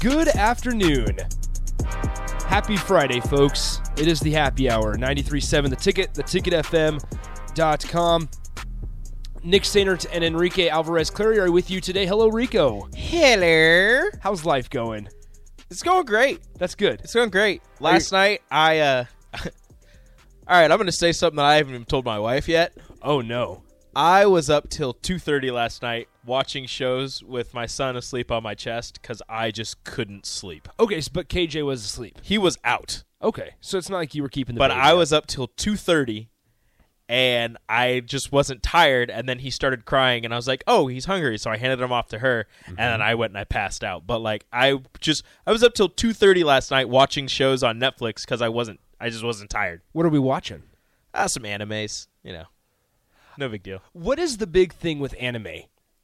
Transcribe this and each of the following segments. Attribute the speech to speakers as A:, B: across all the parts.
A: Good afternoon. Happy Friday, folks. It is the happy hour. 93.7 The Ticket, theticketfm.com. Nick Sainert and Enrique Alvarez Clary are with you today. Hello, Rico.
B: Hello.
A: How's life going?
B: It's going great.
A: That's good.
B: It's going great. Last night, I, uh, all right, I'm going to say something that I haven't even told my wife yet.
A: Oh, no.
B: I was up till 2.30 last night watching shows with my son asleep on my chest because I just couldn't sleep.
A: Okay, s- but KJ was asleep.
B: He was out,
A: Okay, so it's not like you were keeping the
B: but
A: baby
B: I
A: up.
B: was up till 2.30 and I just wasn't tired. And then he started crying and I was like, oh, he's hungry. So I handed him off to her and then
A: Mm-hmm.
B: I went and I passed out. But like, I just, I was up till 2.30 last night watching shows on Netflix because I wasn't, I just wasn't tired.
A: What are we watching?
B: Ah, some animes, you know. No big deal.
A: What is the big thing with anime?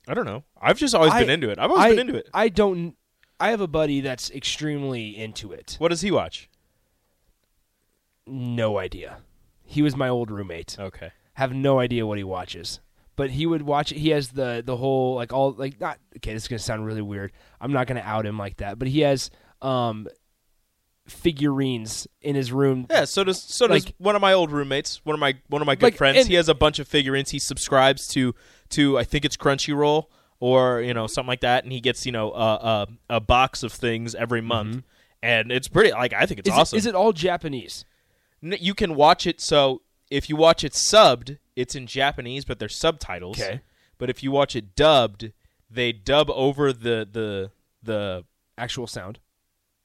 B: I don't know. I've just always
A: I-
B: been into it. I've always
A: I-
B: been into it.
A: I don't. I have a buddy that's extremely into it.
B: what does he watch?
A: No idea. He was my old roommate.
B: Okay.
A: Have no idea what he watches. But he would watch. He has the the whole like all like not. Okay, this is gonna sound really weird. I'm not gonna out him like that. But he has um figurines in his room.
B: Yeah, so does so does
A: Like-
B: one of my old roommates, one of my one of my good
A: Like,
B: friends.
A: and-
B: he has a bunch of figurines. He subscribes to to I think it's Crunchyroll or you know something like that, and he gets you know a a, a box of things every month, and it's pretty. Like I think it's
A: Mm-hmm. Is it-
B: awesome.
A: is it all Japanese?
B: N- you can watch it so if you watch it subbed it's in japanese but there's subtitles
A: Okay.
B: but if you watch it dubbed they dub over the the the
A: Actual sound.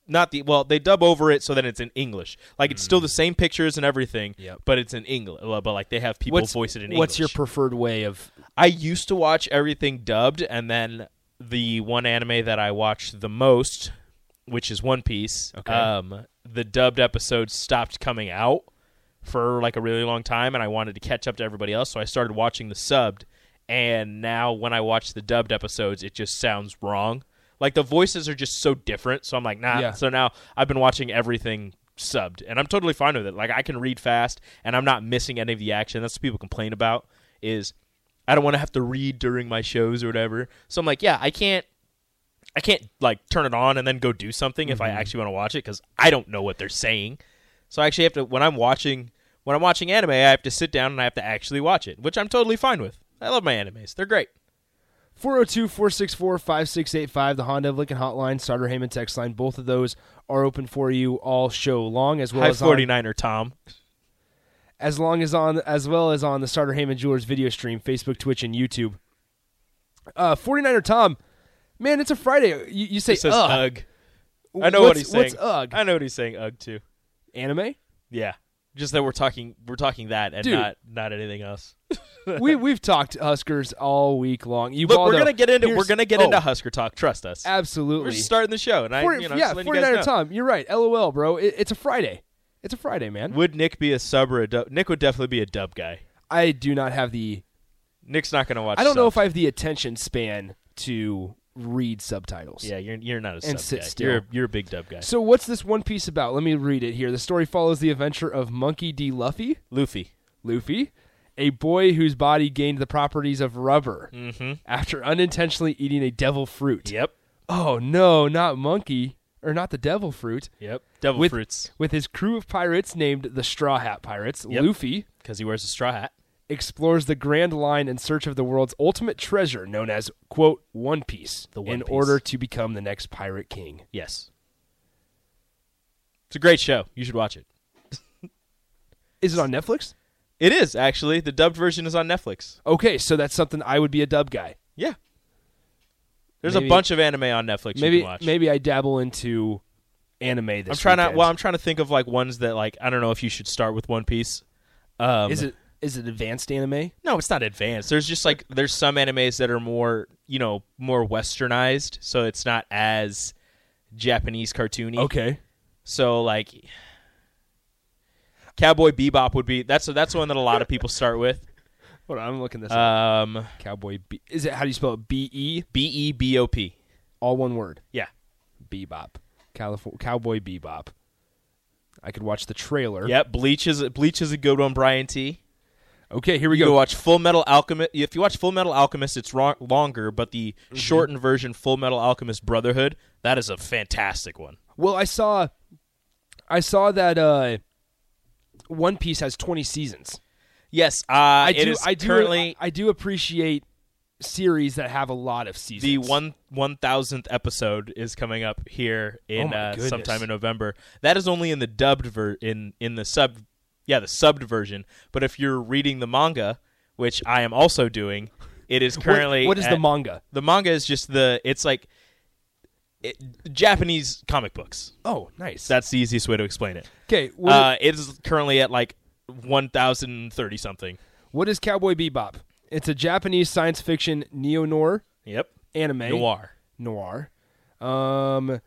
B: not the well they dub over it so then it's in english like it's still the same pictures and everything
A: Mm. Yep.
B: but it's in english but like they have people voice it in english
A: What's your preferred way of?
B: I used to watch everything dubbed, and then the one anime that I watched the most, which is One Piece, um, the dubbed episodes stopped coming out for like a really long time, and I wanted to catch up to everybody else, so I started watching the subbed. And now when I watch the dubbed episodes, it just sounds wrong. Like the voices are just so different, so I'm like, nah.
A: Yeah.
B: So now I've been watching everything subbed, and I'm totally fine with it. Like I can read fast, and I'm not missing any of the action. That's what people complain about is I don't want to have to read during my shows or whatever. So I'm like, yeah, I can't. I can't like turn it on and then go do something if I
A: Mm-hmm.
B: actually want to watch it because I don't know what they're saying. So I actually have to when I'm watching when I'm watching anime, I have to sit down and I have to actually watch it, which I'm totally fine with. I love my animes; they're great.
A: 402-464-5685, the Honda of Lincoln hotline, starter Heyman text line. Both of those are open for you all show long, as well
B: Hi,
A: as on-
B: 49er Tom.
A: as long as on as well as on the starter Heyman Jewelers video stream, Facebook, Twitch, and YouTube. Uh, 49er Tom, man, it's a Friday. You, you say
B: He says
A: "Ugh."
B: ugh. I know what
A: What's-
B: he's saying.
A: What's ugh?
B: I know what he's saying. Ugh too.
A: Anime?
B: Yeah, just that we're talking we're talking that and
A: Dude.
B: not not anything else.
A: we we've talked Huskers all week long. You
B: Look, we're gonna get into we're gonna get into Husker talk. Trust us.
A: oh, absolutely.
B: We're just starting the show, and I
A: Forty-
B: you know,
A: yeah,
B: just letting you guys
A: 49er
B: know.
A: Tom, you're right. LOL, bro. It, it's a Friday. It's a Friday, man.
B: Would Nick be a sub or a dub? Nick would definitely be a dub guy.
A: I do not have the
B: Nick's not going to watch.
A: I don't know if
B: subs.
A: I have the attention span to read subtitles.
B: Yeah, you're you're not a
A: And
B: sub
A: sit
B: guy.
A: still.
B: You're a- you're a big dub guy.
A: So what's this one piece about? Let me read it here. The story follows the adventure of Monkey D. Luffy,
B: Luffy.
A: Luffy, a boy whose body gained the properties of rubber
B: Mm-hmm.
A: after unintentionally eating a devil fruit.
B: Yep.
A: Oh no, not monkey or not the devil fruit.
B: Yep. Devil
A: With-
B: fruits
A: With his crew of pirates named the Straw Hat Pirates,
B: Yep.
A: Luffy
B: because he wears a straw hat.
A: explores the Grand Line in search of the world's ultimate treasure, known as quote One Piece,
B: The One
A: in
B: Piece.
A: order to become the next pirate king.
B: Yes. It's a great show. You should watch it.
A: Is it on Netflix?
B: It is actually the dubbed version is on Netflix.
A: Okay, so that's something I would be a dub guy.
B: Yeah. There's
A: Maybe-
B: a bunch of anime on Netflix you
A: Maybe
B: can watch.
A: maybe I dabble into anime this
B: I'm trying
A: weekend.
B: to. Well, I'm trying to think of like ones that like I don't know if you should start with One Piece. Um,
A: is it Is it advanced anime?
B: No, it's not advanced. There's just like there's some animes that are more you know more westernized, so it's not as Japanese cartoony.
A: Okay.
B: So like Cowboy Bebop would be that's that's one that a lot of people start with.
A: Hold on, I'm looking this up.
B: Um,
A: Cowboy B. Is it how do you spell it? B E.
B: B E B O P.
A: All one word.
B: Yeah.
A: Bebop. California Cowboy Bebop. I could watch the trailer.
B: Yep. Bleach is Bleach is a good one. Brian T.
A: Okay, here we
B: You
A: go.
B: can watch Full Metal Alchemist. If you watch Full Metal Alchemist, it's wrong, longer, but the shortened version, Full Metal Alchemist Brotherhood, that is a fantastic one.
A: Well, I saw, I saw that uh, One Piece has 20 seasons.
B: Yes, uh, I
A: I do. I do.
B: currently
A: I do appreciate series that have a lot of seasons.
B: the one one thousandth episode is coming up here
A: Oh
B: in
A: my
B: uh,
A: goodness.
B: sometime in November. That is only in the dubbed ver in in the sub, yeah, the subbed version. But if you're reading the manga, which I am also doing, it is
A: What-
B: currently
A: what is the
B: at-
A: manga?
B: The manga is just the it's like it, Japanese comic books.
A: Oh, nice.
B: That's the easiest way to explain it.
A: okay. What,
B: Uh, it is currently at like one thousand thirty something.
A: what is Cowboy Bebop? It's a Japanese science fiction neo noir
B: Yep,
A: anime.
B: noir.
A: Noir. Um,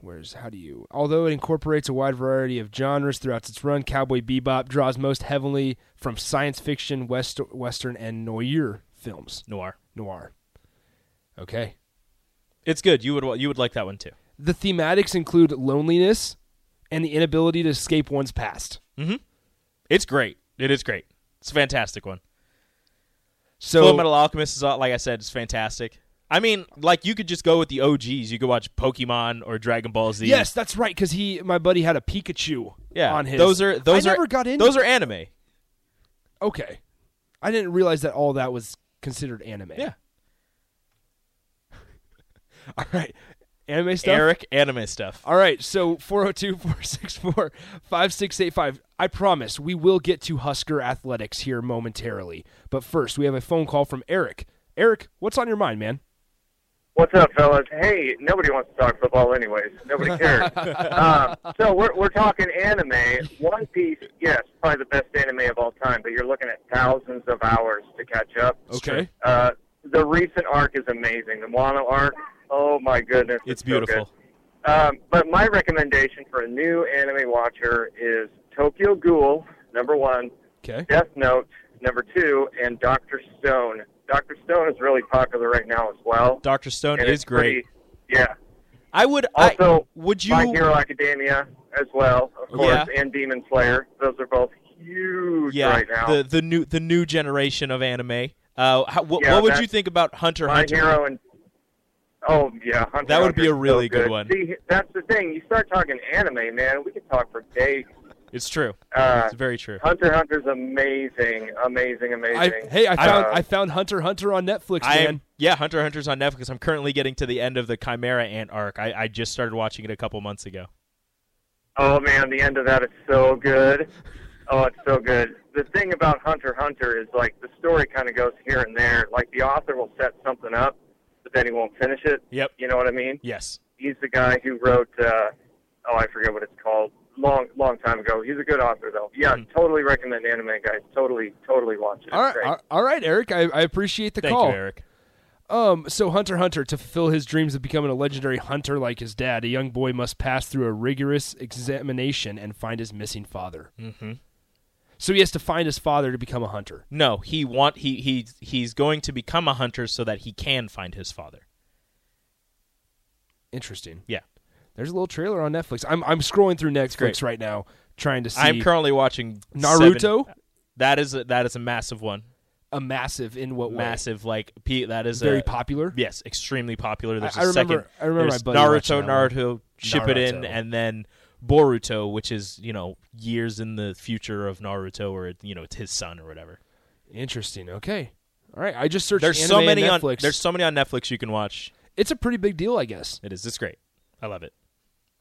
A: where's how do you? Although it incorporates a wide variety of genres throughout its run, Cowboy Bebop draws most heavily from science fiction, west, western, and noir films.
B: Noir.
A: Noir. Okay.
B: It's good. You would wa- you would like that one too.
A: The thematics include loneliness and the inability to escape one's past.
B: It's great. It is great. It's a fantastic one.
A: So
B: Full Metal Alchemist is all- like I said, it's fantastic. I mean, like you could just go with the OGs. You could watch Pokemon or Dragon Ball Z.
A: yes, that's right. Because he, my buddy, had a Pikachu.
B: yeah.
A: on his.
B: those are those
A: I
B: are
A: never got in.
B: Those are anime.
A: okay. I didn't realize that all that was considered anime.
B: Yeah.
A: All right. Anime stuff.
B: Eric anime stuff.
A: All right, so 402-464-5685. I promise we will get to Husker Athletics here momentarily. But first, we have a phone call from Eric. Eric, what's on your mind, man?
C: What's up, fellas? Hey, nobody wants to talk football, anyways. Nobody cares. um, so we're we're talking anime. One Piece, yes, probably the best anime of all time. But you're looking at thousands of hours to catch up.
A: Okay.
C: Uh, the recent arc is amazing. The Wano arc. Oh my goodness,
B: It's
C: so good.
B: beautiful.
C: Um, but my recommendation for a new anime watcher is Tokyo Ghoul, number one,
A: Okay.
C: Death Note, number two, and Doctor Stone. Doctor Stone is really popular right now as well.
B: Doctor Stone
C: And
B: is
C: it's
B: great.
C: pretty- yeah.
B: I would.
C: Also,
B: I, would
C: My
B: you? Oh,
C: Hero Academia as well, of
B: Yeah.
C: course, and Demon Slayer. Those are both huge
B: Yeah.
C: right now.
B: The the new the new generation of anime. Uh, how, what,
C: Yeah,
B: what would
C: that's-
B: you think about Hunter x
C: My
B: Hunter?
C: Hero and oh yeah, Hunter
B: That would be
C: Hunter's
B: a
C: so
B: really good
C: good
B: one.
C: See, that's the thing. You start talking anime, man. We could talk for days.
B: It's true.
C: Uh,
B: it's very true.
C: Hunter x Hunter's amazing, amazing,
A: I,
C: amazing.
A: hey, I found
C: Uh,
A: I found Hunter x Hunter on Netflix,
B: I
A: man.
B: am, yeah, Hunter x Hunter's on Netflix. I'm currently getting to the end of the Chimera Ant arc. I, I just started watching it a couple months ago.
C: Oh man, the end of that is so good. Oh, it's so good. The thing about Hunter x Hunter is like the story kind of goes here and there. Like the author will set something up, but then he won't finish it.
B: Yep.
C: You know what I mean?
B: Yes.
C: He's the guy who wrote. Uh, oh, I forget what it's called. Long, long time ago. He's a good author though. Yeah, totally recommend anime guys. Totally, totally watch it.
A: Hmm. all right,
C: Great.
A: all- all right, Eric. I, I appreciate the
B: Thank
A: call.
B: you, Eric.
A: Um, so Hunter x Hunter, to fulfill his dreams of becoming a legendary hunter like his dad, a young boy must pass through a rigorous examination and find his missing father. Mm-hmm. So he has to find his father to become a hunter.
B: No, he want he he he's going to become a hunter so that he can find his father.
A: Interesting.
B: Yeah.
A: There's a little trailer on Netflix. I'm I'm scrolling through Netflix
B: great.
A: right now, trying to see
B: I'm currently watching
A: Naruto?
B: seven- That is a, that is a massive one.
A: a massive in what way?
B: Massive uh, like P, that is
A: very
B: a,
A: popular.
B: Yes, extremely popular. There's a
A: I remember-
B: second.
A: I remember
B: there's
A: my buddy watching that
B: Naruto,
A: one.
B: Naruto, ship it in,
A: Naruto.
B: and then Boruto, which is you know years in the future of Naruto, or you know it's his son or whatever.
A: Interesting. Okay. All right. I just searched.
B: There's
A: anime
B: so many
A: and
B: on
A: Netflix.
B: there's so many on Netflix you can watch.
A: it's a pretty big deal, I guess.
B: It is. It's great. I love it.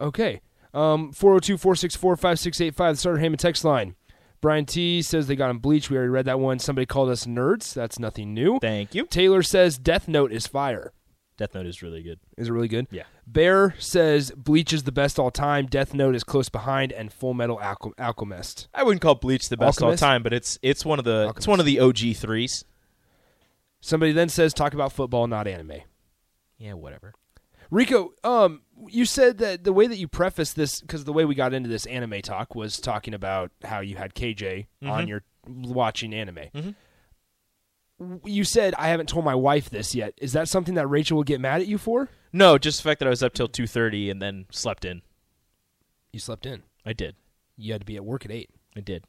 A: Okay. Um, 402-464-5685, the Starter Heyman text line. Brian T says they got him bleach. We already read that one. Somebody called us nerds. That's nothing new.
B: Thank you.
A: Taylor says Death Note is fire.
B: Death Note is really good.
A: Is it really good?
B: Yeah.
A: Bear says Bleach is the best all time. Death Note is close behind, and Full Metal Alchem- Alchemist.
B: I wouldn't call Bleach the best
A: Alchemist?
B: all time, but it's it's one of the it's one of the OG threes.
A: Somebody then says talk about football, not anime.
B: Yeah, whatever.
A: Rico, um, you said that the way that you prefaced this, because the way we got into this anime talk was talking about how you had KJ
B: Mm-hmm.
A: on your watching anime. W- You said I haven't told my wife this yet. Is that something that Rachel will get mad at you for?
B: No, just the fact that I was up till two thirty and then slept in.
A: You slept in.
B: I did.
A: You had to be at work at eight,
B: I did.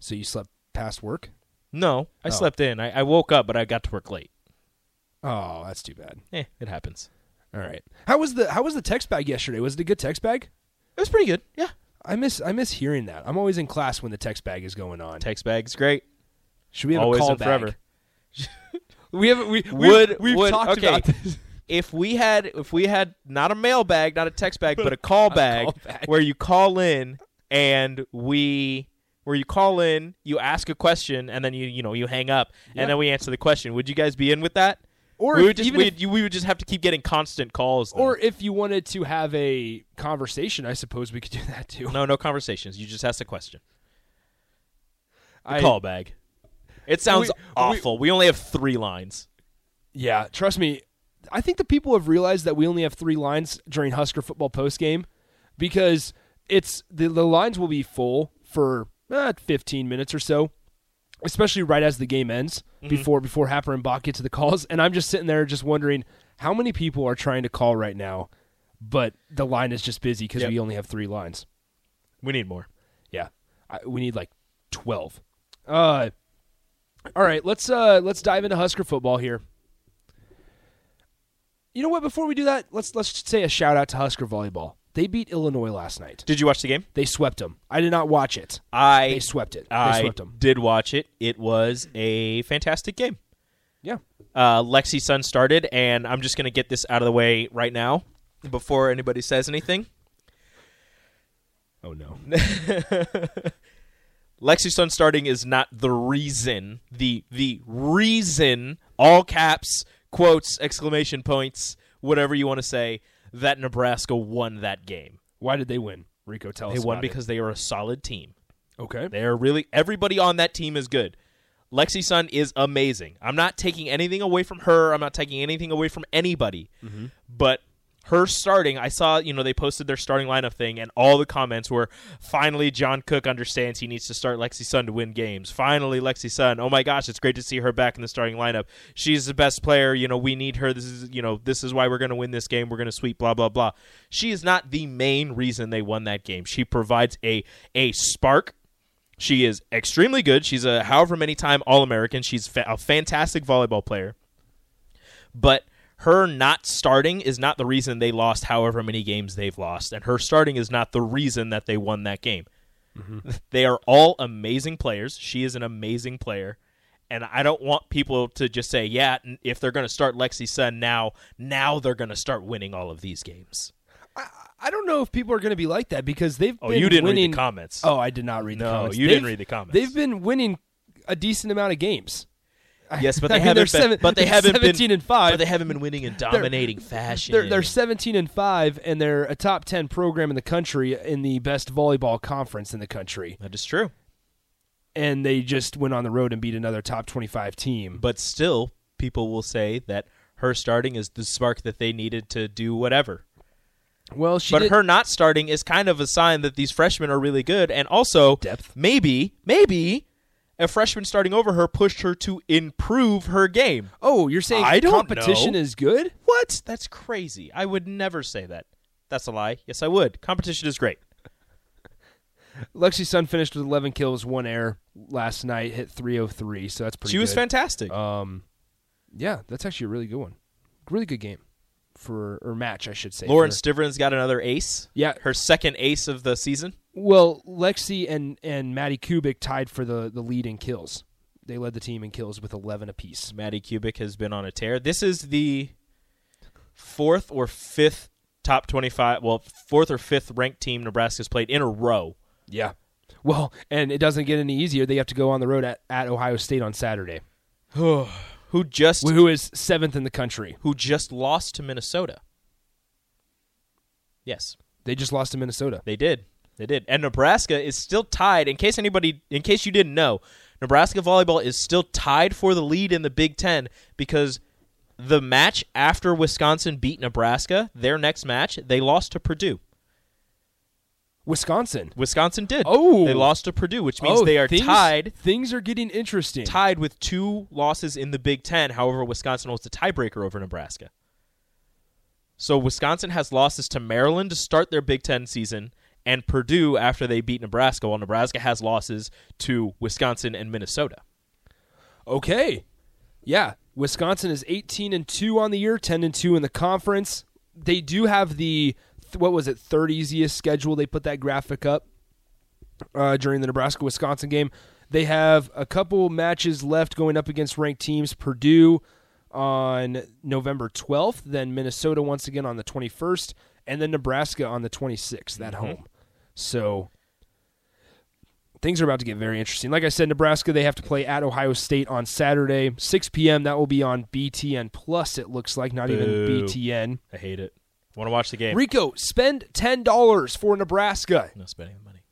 A: so you slept past work.
B: No, I slept in. I, I woke up, but I got to work late.
A: Oh, that's too bad.
B: Eh, it happens.
A: All right. How was the How was the text bag yesterday? Was it a good text bag?
B: It was pretty good. Yeah.
A: I miss I miss hearing that. I'm always in class when the text bag is going on.
B: Text bag's great.
A: Should we have
B: Always
A: a call
B: and
A: bag?
B: forever.
A: We haven't. We
B: Would
A: we've, we've
B: would-
A: talked
B: okay.
A: about this.
B: If we had if we had not a mail bag, not a text bag, but a call bag,
A: bag.
B: where you call in and we where you call in, you ask a question, and then you you know you hang up, and then we answer the question. Would you guys be in with that?
A: Or
B: we
A: if-
B: would just
A: even
B: we'd,
A: if-
B: you, we would just have to keep getting constant calls. though.
A: Or if you wanted to have a conversation, I suppose we could do that too.
B: no, no conversations. You just ask a question.
A: I,
B: call bag. It sounds
A: We- we-
B: awful. we only have three lines.
A: Yeah, trust me. I think the people have realized that we only have three lines during Husker football postgame because it's the, the lines will be full for eh, 15 minutes or so, especially right as the game ends
B: Mm-hmm.
A: before before Happer and Bach get to the calls. And I'm just sitting there just wondering how many people are trying to call right now, but the line is just busy because
B: Yep.
A: we only have three lines.
B: We need more.
A: Yeah, I, we need like twelve. Uh, all right, let's uh let's dive into Husker football here. You know what? Before we do that, let's let's say a shout out to Husker volleyball. They beat Illinois last night.
B: Did you watch the game?
A: They swept them. I did not watch it.
B: I
A: They swept it.
B: I
A: they swept them.
B: did watch it. It was a fantastic game.
A: Yeah.
B: Uh, Lexi Sun started, and I'm just gonna get this out of the way right now before anybody says anything.
A: Oh no.
B: Lexi Sun starting is not the reason. The the reason all caps quotes exclamation points whatever you want to say that Nebraska won that game.
A: Why did they win? Rico, tell
B: They
A: us.
B: won
A: about it.
B: because they are a solid team.
A: okay.
B: They're really everybody on that team is good. Lexi Sun is amazing. I'm not taking anything away from her. I'm not taking anything away from anybody. But her starting, I saw, you know, they posted their starting lineup thing, and all the comments were finally John Cook understands he needs to start Lexi Sun to win games. Finally, Lexi Sun. Oh my gosh, it's great to see her back in the starting lineup. She's the best player. You know, we need her. This is, you know, this is why we're going to win this game. We're going to sweep, blah, blah, blah. She is not the main reason they won that game. She provides a, a spark. She is extremely good. She's a however many time All American. She's fa- a fantastic volleyball player. But her not starting is not the reason they lost however many games they've lost. And her starting is not the reason that they won that game.
A: Mm-hmm.
B: They are all amazing players. She is an amazing player. And I don't want people to just say, yeah, n- if they're going to start Lexi Sun now, now they're going to start winning all of these games.
A: I don't know if people are going to be like that because they've.
B: Oh,
A: been
B: you didn't read the
A: winning...
B: comments.
A: Oh, I did not read the
B: No,
A: comments.
B: you didn't
A: They've-
B: read the comments.
A: They've been winning a decent amount of games.
B: Yes, but
A: I
B: they
A: mean,
B: haven't
A: they're
B: been,
A: seven-
B: but they
A: they're
B: haven't
A: 17
B: been,
A: and five.
B: But they haven't been winning in dominating fashion.
A: They're, they're 17 and 5 and they're a top 10 program in the country in the best volleyball conference in the country
B: that is true.
A: and they just went on the road and beat another top 25 team
B: But still, people will say that her starting is the spark that they needed to do whatever.
A: well she
B: but
A: did-
B: her not starting is kind of a sign that these freshmen are really good, and also
A: Depth.
B: Maybe, maybe a freshman starting over her pushed her to improve her game.
A: oh you're saying
B: I don't
A: competition
B: know.
A: is good
B: What? That's crazy. I would never say that. That's a lie. Yes, I would. Competition is great.
A: lexi sun finished with 11 kills one air last night hit 303 so that's pretty
B: she was
A: good.
B: fantastic.
A: um yeah that's actually a really good one really good game for or match i should say
B: Lauren
A: for-
B: Stiverin's got another ace.
A: Yeah.
B: her second ace of the season.
A: Well, Lexi and and Maddie Kubik tied for the the lead in kills. They led the team in kills with 11 apiece.
B: Maddie Kubik has been on a tear. This is the fourth or fifth top 25, well, fourth or fifth ranked team Nebraska's played in a row.
A: Yeah. Well, and it doesn't get any easier. They have to go on the road at, at Ohio State on Saturday.
B: who just
A: who is seventh in the country.
B: who just lost to Minnesota. Yes,
A: They just lost to Minnesota.
B: they did. They did. And Nebraska is still tied. In case anybody, in case you didn't know, Nebraska volleyball is still tied for the lead in the Big Ten because the match after Wisconsin beat Nebraska, their next match, they lost to Purdue.
A: Wisconsin.
B: Wisconsin did.
A: Oh.
B: they lost to Purdue, which means
A: oh,
B: they are
A: things,
B: tied.
A: Things are getting interesting.
B: Tied with two losses in the Big Ten. However, Wisconsin holds the tiebreaker over Nebraska. So Wisconsin has losses to Maryland to start their Big Ten season and Purdue after they beat Nebraska, while Nebraska has losses to Wisconsin and Minnesota.
A: Okay. Yeah, Wisconsin is 18 and 2 on the year, 10 and 2 in the conference. They do have the th- what was it, third easiest schedule. They put that graphic up uh, during the Nebraska Wisconsin game. They have a couple matches left going up against ranked teams. Purdue on November 12th, then Minnesota once again on the 21st, and then Nebraska on the 26th
B: Mm-hmm.
A: at home. So things are about to get very interesting. Like I said, Nebraska they have to play at Ohio State on Saturday, 6 p.m. That will be on BTN Plus. It looks like not even
B: Boo.
A: BTN.
B: I hate it. Want to watch the game?
A: Rico, spend ten dollars for Nebraska.
B: no spending the money.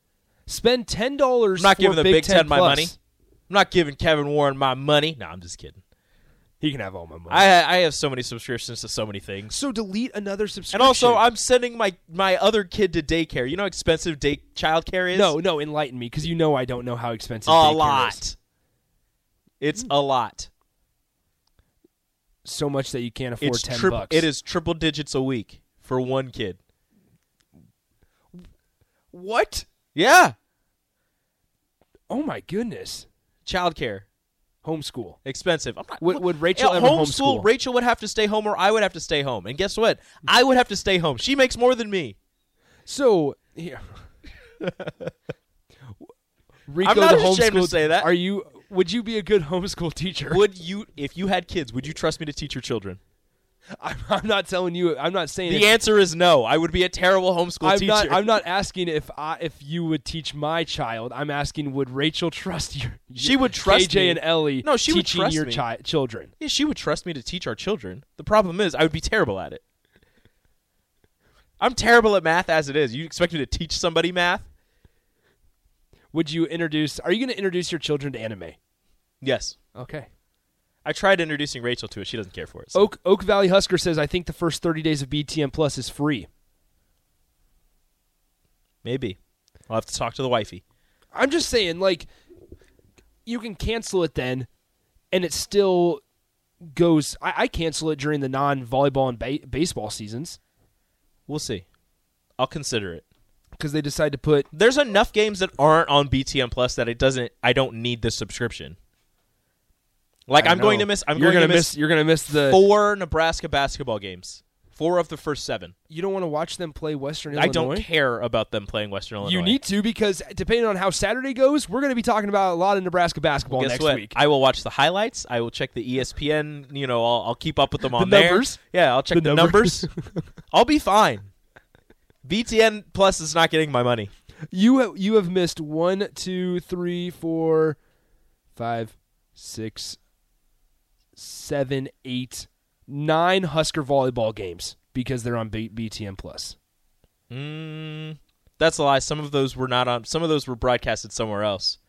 A: Spend ten dollars.
B: I'm not giving the Big Ten, my
A: Plus.
B: money. I'm not giving Kevin Warren my money. No, I'm just kidding.
A: He can have all my money.
B: I I have so many subscriptions to so many things.
A: so delete another subscription.
B: And also, I'm sending my my other kid to daycare. You know how expensive day childcare is?
A: no, no, enlighten me because you know I don't know how expensive
B: a
A: daycare is.
B: lot. It's a lot.
A: So much that you can't afford
B: It's
A: ten
B: trip-
A: bucks.
B: It is triple digits a week for one kid.
A: what?
B: Yeah,
A: Oh my goodness!
B: childcare
A: Homeschool.
B: expensive. I'm not,
A: Would-
B: what-
A: would Rachel
B: Yeah,
A: ever
B: homeschool?
A: homeschool?
B: Rachel would have to stay home, or I would have to stay home. And guess what? I would have to stay home. She makes more than me.
A: So here, Rico,
B: I'm not
A: the
B: ashamed to
A: homeschool-
B: say that.
A: Are you? Would you be a good homeschool teacher?
B: Would you, if you had kids, would you trust me to teach your children?
A: I'm, I'm not telling you. I'm not saying.
B: The
A: if-
B: answer is no. I would be a terrible homeschool
A: I'm
B: teacher.
A: not. I'm not asking if I if you would teach my child. I'm asking would Rachel trust your,
B: She would trust
A: KJ
B: me.
A: and Ellie.
B: No, she would
A: teaching
B: trust
A: your
B: me.
A: chi- children.
B: Yeah, she would trust me to teach our children. The problem is, I would be terrible at it. I'm terrible at math as it is. You expect me to teach somebody math?
A: Would you introduce? Are you going to introduce your children to anime?
B: Yes.
A: Okay.
B: I tried introducing Rachel to it. She doesn't care for it. so-
A: Oak Oak Valley Husker says I think the first 30 days of BTN Plus is free.
B: Maybe. I'll have to talk to the wifey.
A: I'm just saying, like, you can cancel it then, and it still goes. I, I cancel it during the non volleyball and ba- baseball seasons
B: We'll see. I'll consider it.
A: because they decide to put.
B: There's enough games that aren't on BTN Plus that it doesn't. I don't need the subscription. Like
A: I
B: I'm
A: don't
B: going
A: know.
B: to miss. I'm
A: you're
B: going to
A: gonna
B: miss
A: You're gonna miss uh, the.
B: four Nebraska basketball games. Four of the first seven.
A: You don't want to watch them play Western
B: I
A: Illinois.
B: don't care about them playing Western Illinois.
A: You need to because depending on how Saturday goes, we're going to be talking about a lot of Nebraska basketball
B: Guess
A: next
B: what?
A: week.
B: I will watch the highlights. I will check the E ESPN. You know, I'll, I'll keep up with them on
A: numbers?
B: there. Yeah, I'll check
A: The
B: the,
A: numbers?
B: numbers. I'll be fine. BTN Plus is not getting my money.
A: You ha- you have missed one, two, three, four, five, six, seven, eight, nine Husker volleyball games because they're on B- BTN Plus.
B: Mm, that's a lie. Some of those were not on. Some of those were broadcasted somewhere else.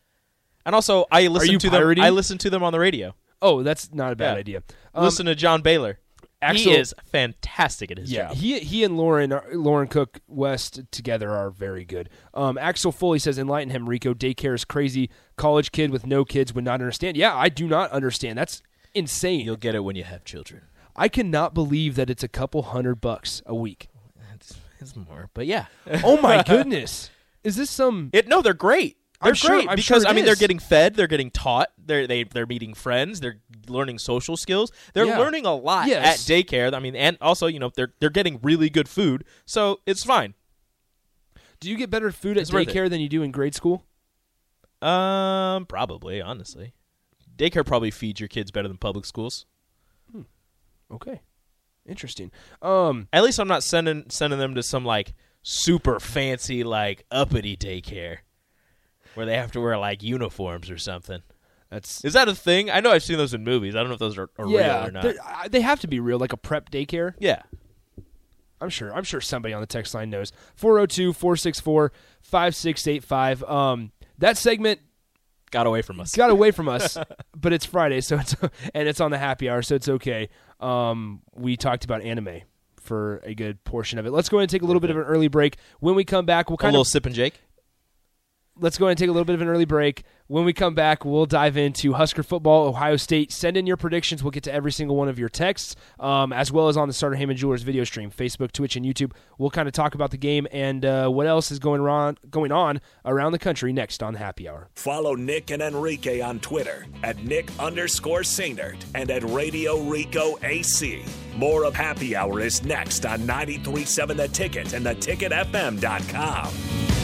B: And also, I
A: you
B: listen to
A: pirating?
B: them. I listen to them on the radio.
A: Oh, that's not a bad
B: Yeah.
A: idea. Um,
B: listen to John Baylor.
A: Axel-
B: he is fantastic at his
A: yeah,
B: job.
A: he he and Lauren are- Lauren Cook West together are very good. Um, Axel Foley says, "Enlighten him, Rico. Daycare is crazy. College kid with no kids would not understand." Yeah, I do not understand. That's insane.
B: You'll get it when you have children.
A: I cannot believe that it's a couple hundred bucks a week.
B: It's, it's more, but yeah.
A: Oh my goodness. Is this some
B: It no, they're great.
A: I'm
B: They're
A: sure-
B: great
A: I'm
B: because
A: sure it
B: I mean they're
A: is.
B: getting fed, they're getting taught, they're they they're meeting friends, they're learning social skills, they're
A: Yeah.
B: learning a lot
A: Yes.
B: at daycare. I mean, and also you know they're they're getting really good food, so it's fine.
A: Do you get better food at
B: It's worth it.
A: daycare than you do in grade school?
B: Um, probably honestly, daycare probably feeds your kids better than public schools.
A: Okay. Interesting. Um
B: At least I'm not sending sending them to some like super fancy like uppity daycare where they have to wear like uniforms or something.
A: That's
B: Is that a thing? I know I've seen those in movies. I don't know if those are, are
A: yeah.
B: real or not.
A: they're- I- They have to be real, like a prep daycare.
B: Yeah.
A: I'm sure. I'm sure somebody on the text line knows. 402-464-5685. Um, that segment
B: Got away from us.
A: got away from us, but it's Friday, so it's and it's on the happy hour, so it's okay. Um, we talked about anime for a good portion of it. Let's go ahead and take a little bit of an early break. When we come back, we'll
B: a
A: kind
B: little
A: of
B: sip and Jake.
A: let's go ahead and take a little bit of an early break. When we come back, we'll dive into Husker football, Ohio State. Send in your predictions. We'll get to every single one of your texts, um, as well as on the Starter Heyman Jewelers video stream, Facebook, Twitch, and YouTube. We'll kind of talk about the game and uh, what else is going on going on around the country next on Happy Hour.
D: Follow Nick and Enrique on Twitter at Nick underscore Sainert and at Radio Rico AC. More of Happy Hour is next on 937 The Ticket and theticketfm.com.